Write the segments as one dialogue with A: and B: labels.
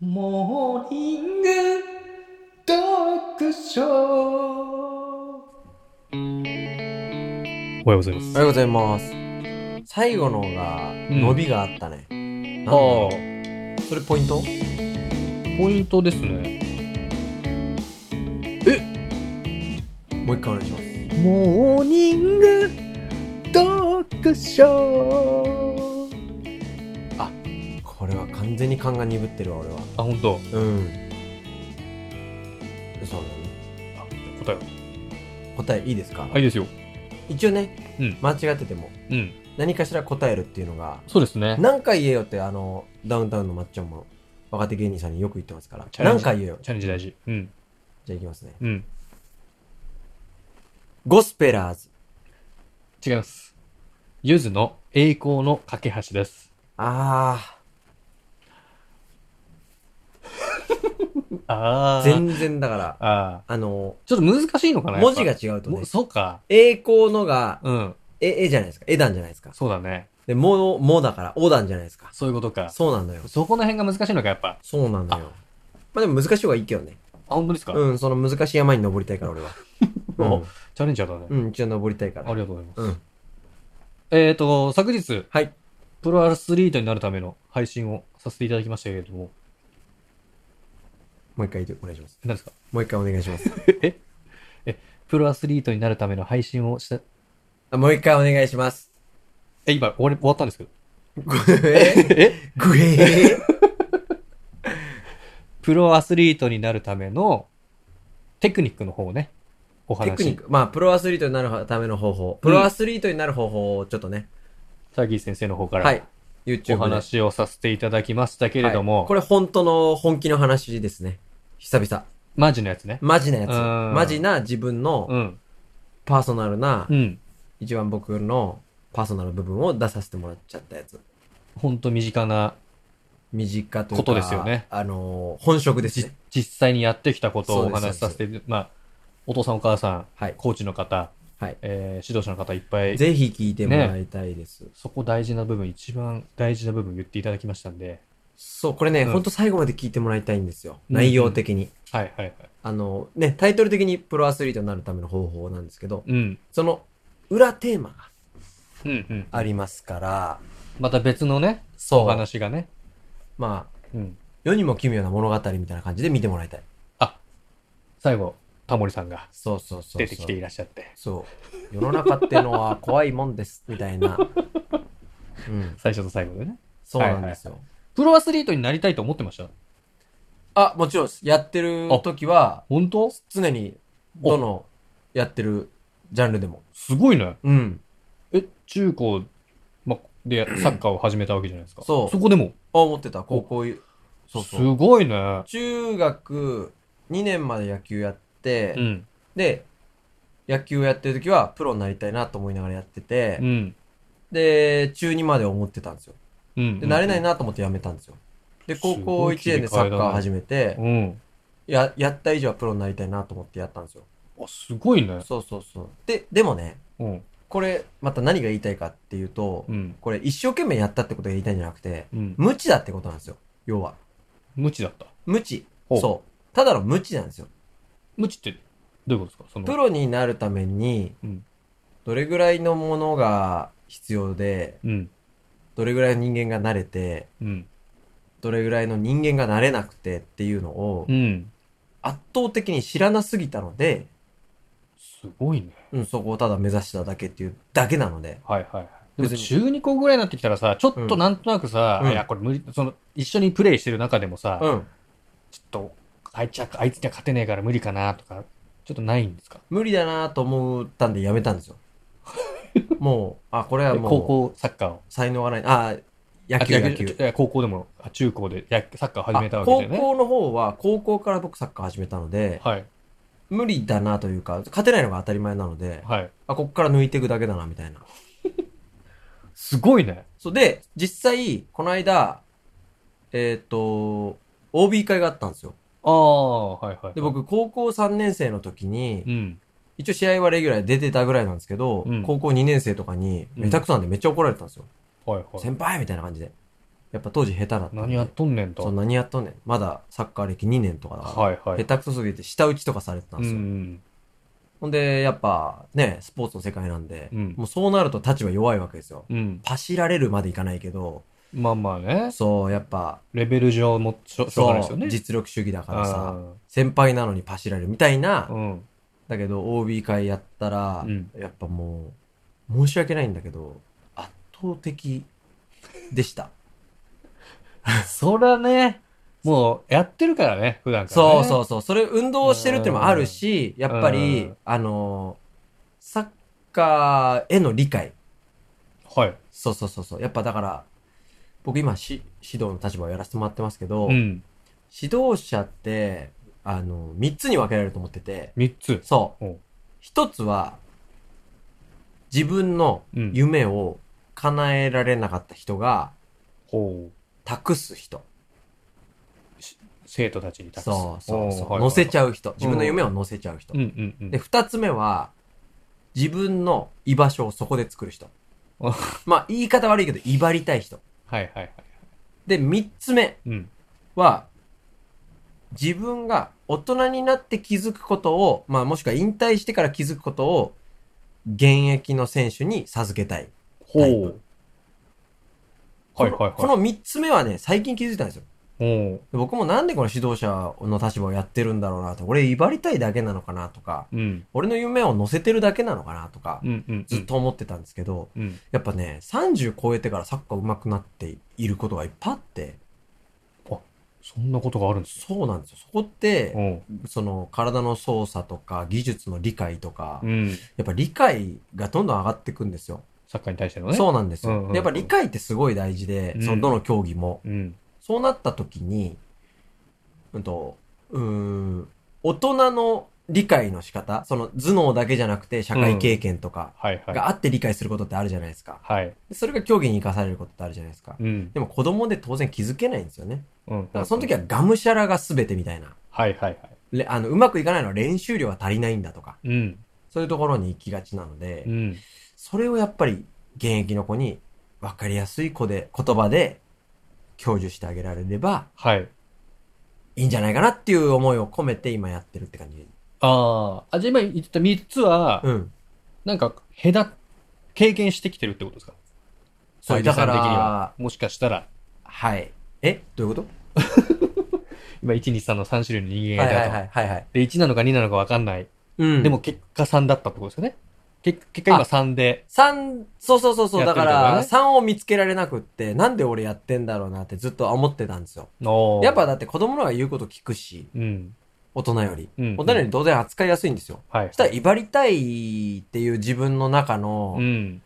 A: モーニング読書
B: おはようございます
C: おは。ようございます。最後のが
B: ん
C: 伸びがあったね。
B: あ
C: な
B: あ
C: んだそれポイント
B: ー、ポイントですね。
C: もう一回お願いします。
A: モーニング読書
C: これは完全に勘が鈍ってるわ、俺は。
B: あ、本当。
C: うん。そうだね。
B: あ答え
C: 答えいいですか、
B: は。はい、ですよ。
C: 一応ね、
B: うん
C: 間違ってても
B: うん。
C: 何かしら答えるっていうのが、
B: そうですね。
C: 何回言えよって、あの、ダウンタウンのまっちゃんも若手芸人さんによく言ってますから。
B: チャレン
C: 何
B: ジ
C: 回言えよ。
B: チャレンジ大事。うん。
C: じゃあいきますね。
B: うん。
C: ゴスペラーズ。
B: 違います。ゆずの栄光の架け橋です。
C: あ
B: あ
C: ー、
B: 全
C: 全然だから、
B: ああ。
C: あの、
B: ちょっと難しいのかな
C: 文字が
B: やっ
C: 違う
B: ぱ
C: とね
B: も、そうか。
C: 栄光のが、
B: うん。
C: え、えじゃないですか。えだんじゃないですか。
B: そうだね。
C: で、もの、もだから、おだんじゃないですか。
B: そういうことか。
C: そうなのよ。
B: そこの辺が難しいのか、やっぱ。
C: そうなのよ。まあでも難しい方がいいけどね。
B: あ、本当ですか、
C: うん、その難しい山に登りたいから、俺 は。
B: おチャレンジャーだね、
C: うん、うん、一応登りたいか
B: あ
C: ら。
B: りがとうございます。
C: うん。
B: えっ、ー、と、昨日、
C: はい。
B: プロアスリートになるための配信をさせていただきましたけれども、
C: もう一回お願いします。
B: 何ですか
C: もう一回お願いします。
B: プロアスリートになるための配信をした、
C: あもう一回お願いします。
B: え、今終わり終わったんですけど。
C: ぐ え
B: え
C: ぐえ
B: プロアスリートになるためのテクニックの方をね、お 話
C: テクニック。まあ、プロアスリートになるための方法。プロアスリートになる方法をちょっとね。
B: タギー先生の方から、
C: はい。YouTube
B: お話をさせていただきましたけ
C: け
B: れども、
C: これ本当の本気の話ですね。久々。
B: マジのやつね。
C: マジなやつ。
B: うん
C: マジな自分の
B: うん。
C: パーソナルな
B: う、ん。
C: 一番僕のパーソナル部分を出させてもらっちゃったやつ。
B: ほんと身近な、
C: 身近という
B: こ
C: か。
B: とですよね
C: あのー本職です
B: じ
C: ね。
B: 実際にやってきたことを
C: そ
B: お
C: うです
B: 話しさせて、まあ、お父さんお母さん、
C: はい。
B: コーチの方、
C: はい
B: えー指導者の方いっぱい、
C: ぜひ聞いてもらいたいです。
B: そこ大事な部分、一番大事な部分言っていただきましたんで、
C: そう、これね、
B: うん
C: ほんと最後まで聞いてもらいたいんですよ。
B: うん
C: 内容的に。
B: はいはいはい。
C: あのーね、タイトル的にプロアスリートになるための方法なんですけど、
B: うん。
C: その裏テーマが
B: うんうん。
C: ありますから、
B: また別のね、
C: そう。
B: お話がね。
C: まあ、
B: うん。
C: 世にも奇妙な物語みたいな感じで見てもらいたい。
B: 最後、タモリさんが
C: そうそうそうそう。
B: 出てきていらっしゃって、
C: そう。世の中ってのは怖いもんです、みたい な。うん。
B: 最初と最後でね。
C: そうなんですよ。
B: プロアスリートになりたいと思ってました
C: あ、もちろんです。やってる時は、
B: 本当
C: 常に、どの、やってるジャンルでも。
B: すごいね。
C: うん。
B: え、中高、ま、 で、サッカーを始めたわけじゃないですか。
C: そう
B: そこでも。
C: あ、思ってた。高校い、そうそう。
B: すごいね。
C: 中学2年まで野球やって、
B: うん。
C: で、野球をやってる時は、プロになりたいなと思いながらやってて、
B: うん。
C: で、中2まで思ってたんですよ。
B: うん。
C: で、なれないなと思ってやめたんですよ。で、高
B: す
C: 校
B: ごい
C: 1
B: 切り替
C: 年
B: えだ
C: で
B: な
C: サッカー始めて
B: う、ん。
C: や、やった以上はプロになりたいなと思ってやったんですよ。
B: あ、すごいね。
C: そうそうそう。で、でもね、
B: うん。
C: これ、また何が言いたいかっていうと、
B: うん。
C: これ一生懸命やったってことが言いたいんじゃなくて、
B: うん。
C: 無知だってことなんですよ。要は。
B: 無知だった。
C: 無知。
B: ほう
C: そう。ただの無知なんですよ。
B: 無知って、どういうことですかその。
C: プロになるために
B: うん、
C: どれぐらいのものが必要で、
B: うん。
C: どれぐらいの人間が慣れて、
B: うん。
C: どれぐらいの人間が慣れなくてっていうのを
B: う、ん。
C: 圧倒的に知らなすぎたので、
B: すごいね。
C: うん、そこをただ目指しただけっていうだけなので、
B: はいはいはい。でも
C: 別に
B: 中二校ぐらいになってきたらさ、ちょっとなんとなくさ、
C: うん
B: いや、これ無理、その、一緒にプレイしてる中でもさ、
C: うん。
B: ちょっと、あいつは、あいつには勝てねえから無理かなとか、ちょっとないんですか
C: 無理だなと思ったんでやめたんで すよ。もう、あ、これは
B: え高
C: もう、
B: 校サッカーを。
C: 才能がない。あ、野球、
B: あ
C: 野球。
B: いや高校でも、あ中高で野サッカー始めたわけだ
C: 高
B: よね。
C: 校の方は、高校から僕サッカー始めたので、
B: はい、
C: 無理だなというか、勝てないのが当たり前なので、
B: はい。
C: あ、こっから抜いていくだけだな、みたいな。
B: すごいね。
C: そうで、実際、この間、えっ、と、OB 会があったんですよ。
B: ああ、はいはい。
C: で、、僕、高校3年生の時に
B: う、ん。
C: 一応試合はレギュラーで出てたぐらいなんですけど、
B: うん
C: 高校2年生とかに、
B: うん
C: めたくさんでめっちゃ怒られたんですよ。
B: はいはい。
C: 先輩みたいな感じで。やっぱ当時下手だったんで。
B: 何やっとんねんと。
C: そう、何やっとんねん。まだサッカー歴2年とかだから。
B: はいはい。
C: 下手くそすぎて下打ちとかされてたん
B: う
C: ですよ。
B: ん。
C: ほんで、やっぱね、スポーツの世界なんで、
B: うん
C: もうそうなると立場弱いわけですよ。
B: うん。
C: パシられるまでいかないけど、
B: まあまあね。
C: そう、やっぱ、
B: レベル上もしょしょうがないですよね。
C: 実力主義だからさ、
B: あ
C: 先輩なのにパシられるみたいな、
B: ー うん。
C: だけど OB 会やったら、
B: うん
C: やっぱもう、申し訳ないんだけど、圧倒的でした。
B: そらね、もうやってるからね、普段から、ね。。
C: そうそううそう。それ運動してるってのもあるし、やっぱ
B: う
C: り
B: ん、
C: あのー、サッカーへの理解。
B: はい。
C: そうそうそうそう。やっぱだから、僕今し、指導の立場をやらせてもらってますけど、
B: うん。
C: 指導者って、あの、三つに分けられると思ってて、
B: 三つ。
C: そ
B: お
C: う。一つは、自分の
B: うん
C: 夢を叶えられなかった人が、
B: ほう。
C: 託す人。
B: 生徒たちに託す。
C: そうそうそ
B: おー
C: う。乗せち
B: う。
C: ゃう人。自分の夢を乗せちゃう人
B: う。んうんうん。
C: で、二つ目は、自分の居場所をそこで作る人
B: お。
C: まあ、言い方悪いけど、威張りたい人。
B: はいはいはい。
C: で、三つ目
B: うん。
C: は、自分が大人になって気づくことを、まあ、もしくは引退してから気づくことを、現役の選手に授けたい。
B: ほ
C: タイプ
B: う。はいはい
C: こ
B: はい。
C: のこの三つ目はね、最近気づいたんですよ。
B: おう。
C: で僕もなんでこの指導者の立場をやってるんだろうなと。俺、威張りたいだけなのかなとか、
B: うん。
C: 俺の夢を乗せてるだけなのかなとか
B: う、んうんうん。
C: ずっ。と思ってたんですけど、
B: うん。
C: やっぱね、30超えてからサッカー上手くなっていることがいっぱいあって、
B: そんなことがあるんです
C: そうなんですよ。そこって、
B: おう。
C: その体の操作とか技術の理解とか、
B: うん。
C: やっぱ理解がどんどん上がっていくんですよ。
B: サッカーに対してのね。
C: そうなんですよ、
B: うんうんうん
C: やっぱ理解ってすごい大事で、
B: うん
C: そのどの競技も。
B: う。うん。
C: そうなった時に、うんと、うーん、大人の理解の仕方、その頭脳だけじゃなくて社会経験とか
B: はいはい。
C: があって理解することってあるじゃないですか。
B: はい。
C: でそれが競技に生かされることってあるじゃないですか。
B: うん。
C: でも子供で当然気づけないんですよね。
B: うん。
C: だからその時はがむしゃらが全てみたいな。
B: はいはいはい。
C: れあの、うまくいかないのは練習量は足りないんだとか、
B: うん。
C: そういうところに行きがちなので、
B: うん。
C: それをやっぱり現役の子に分かりやすい子で、言葉で享受してあげられれば
B: はい。
C: いいんじゃないかなっていう思いを込めて今やってるって感じ。
B: ああ。あ、じゃあ今言ってた3つは、
C: うん。
B: なんか、隔、経験してきてるってことですか
C: そう、だか
B: さん的に
C: ら
B: は、もしかしたら、
C: はい。えどういうこ
B: 今、1、2、3の3種類の人間
C: とは
B: が
C: い
B: いた
C: は
B: と。
C: いはいはいはい。
B: で、1なのか2なのか分かんない。
C: うん。
B: でも、結果3だったってことですよね。結結果今
C: あ
B: 3で。
C: 三、そうそうそうそう、だか
B: や
C: ら、
B: ってると
C: 三を見つけられなくって、なんで俺やってんだろうなってずっと思ってたんですよ。
B: おー
C: やっぱ、だって子供の方が言うこと聞くし、
B: うん。
C: 大人より。
B: うん。
C: 大人より当然扱いやすいんですよ。
B: はい
C: そし。たら、威張りたいっていう自分の中の
B: うん。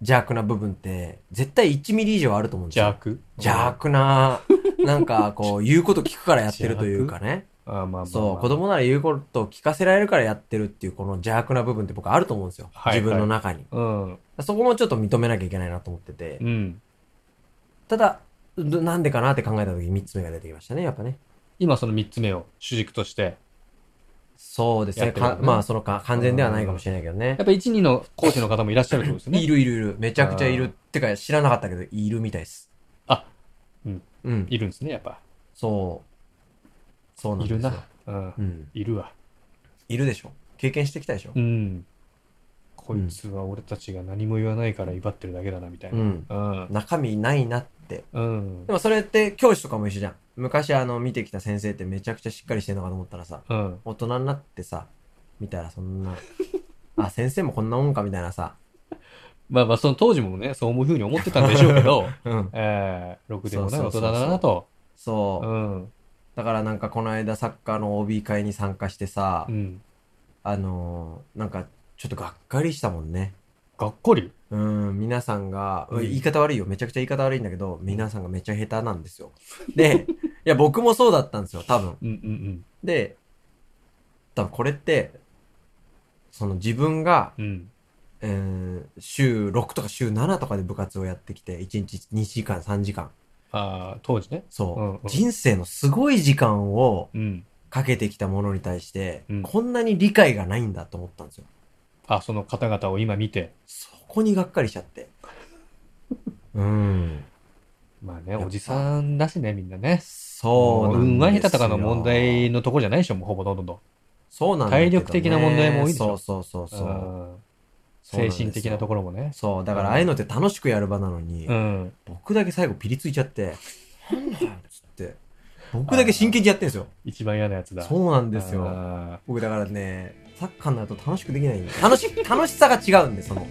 C: 邪悪な部分って、絶対1ミリ以上あると思うんです
B: 邪
C: よ。
B: 悪。
C: 邪悪 な、なんかこう、言うこと聞くからやってるという かね。
B: あーまあまあまあ。
C: そう、子。供なら言うことを聞かせられるからやってるっていう、この邪悪な部分って僕あると思うんですよ。
B: はい
C: 自分の中に。
B: うん。
C: そこもちょっと認めなきゃいけないなと思ってて。
B: うん。
C: ただ、どなんでかなって考えた時に3つ目が出てきましたね、やっぱね。
B: 今その3つ目を主軸として。
C: そうです
B: や
C: ね。
B: ってるよね
C: かまあ、そのか、完全ではないかもしれないけどね
B: やっ。ぱ1、2の講師の方もいらっしゃるってことですよね。
C: いるいるいる。めちゃくちゃいる。
B: あー
C: ってか、知らなかったけど、いるみたいです。
B: あうん。
C: うん。
B: いるんですね、やっぱ。
C: そう。そうなん
B: い
C: ですよ
B: るな。。うん。
C: うん。
B: いるわ。
C: いるでしょ。経験してきたでしょ
B: う。ん。こいつは俺たちが何も言わないから威張ってるだけだな、みたいうな。
C: ん。
B: うん。
C: 中身ないなって。
B: うん
C: で。もそれって、教師とかも一緒じゃん。昔あの、見てきた先生ってめちゃくちゃしっかりしてるのかと思ったらさ、
B: うん。
C: 大人になってさ、見たらそ んな、あ、先生もこんなもんかみたいなさ。
B: まあまあ、その当時もね、そう思うふうに思ってたんでしょうけど、
C: うん。
B: えー、ろくでもない大人だ
C: そうそうそう
B: なと。
C: そうう。
B: ん。
C: だからなんかこの間サッカーの OB 会に参加してさ、
B: うん。
C: あのーなんかちょっとがっかりしたもんね。
B: がっかり
C: うん、皆さんが、
B: うん
C: 言い方悪いよ。めちゃくちゃ言い方悪いんだけど、皆さんがめっちゃ下手なんですよ。 で、いや、僕もそうだったんですよ、多分。
B: うんうん
C: で、多分これって、その自分が、
B: うん。うん。
C: えー週6とか週7とかで部活をやってきて、1日2時間、3時間。
B: ああ、当時ね。
C: そう、
B: うんうん
C: 人生のすごい時間を、
B: うん。
C: かけてきたものに対して、
B: うん
C: こんなに理解がないんだと思ったんですよ。
B: あ、その方々を今見て。
C: そこにがっかりしちゃって。うん。
B: まあね、おじさんだしね、みんなね。
C: そうなんですよ
B: 運が下手とかの問題のとこじゃないでしょ、もうほぼどんどんどん。
C: そうなんだけど
B: 体
C: ね
B: 力的な問題も多いでしょ
C: そうそうそう
B: う
C: そう。
B: ん精神的なと
C: こ
B: ころもね。
C: そう、だからああいうのって楽しくやる場なのに、
B: うん。
C: 僕だけ最後ピリついちゃって、なんだよっつって。僕だけ真剣にやってんですよ。
B: 一番嫌なやつだ。
C: そうなんですよ。
B: あ
C: 僕だからね、サッカーになると楽しくできないんで楽し、楽しさが違うん で、その。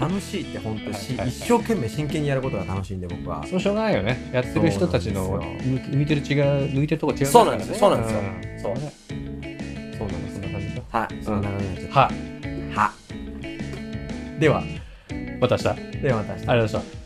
C: 楽しいって本当し、
B: はいはいはい
C: 一生懸命真剣にやることが楽しいんで、僕は
B: ー。そうしょうがないよね。やってる人たち
C: そう
B: の
C: なんです
B: 抜抜いてる違う、抜いてるとこ違う
C: そうなんですよそうなんですよ
B: そうね。
C: そうなん
B: そんな感じだ。
C: はい、そんな感じになっちゃっ
B: は
C: た。は。では、
B: い、また明日。ありがと
C: ではまた明日。
B: うございました。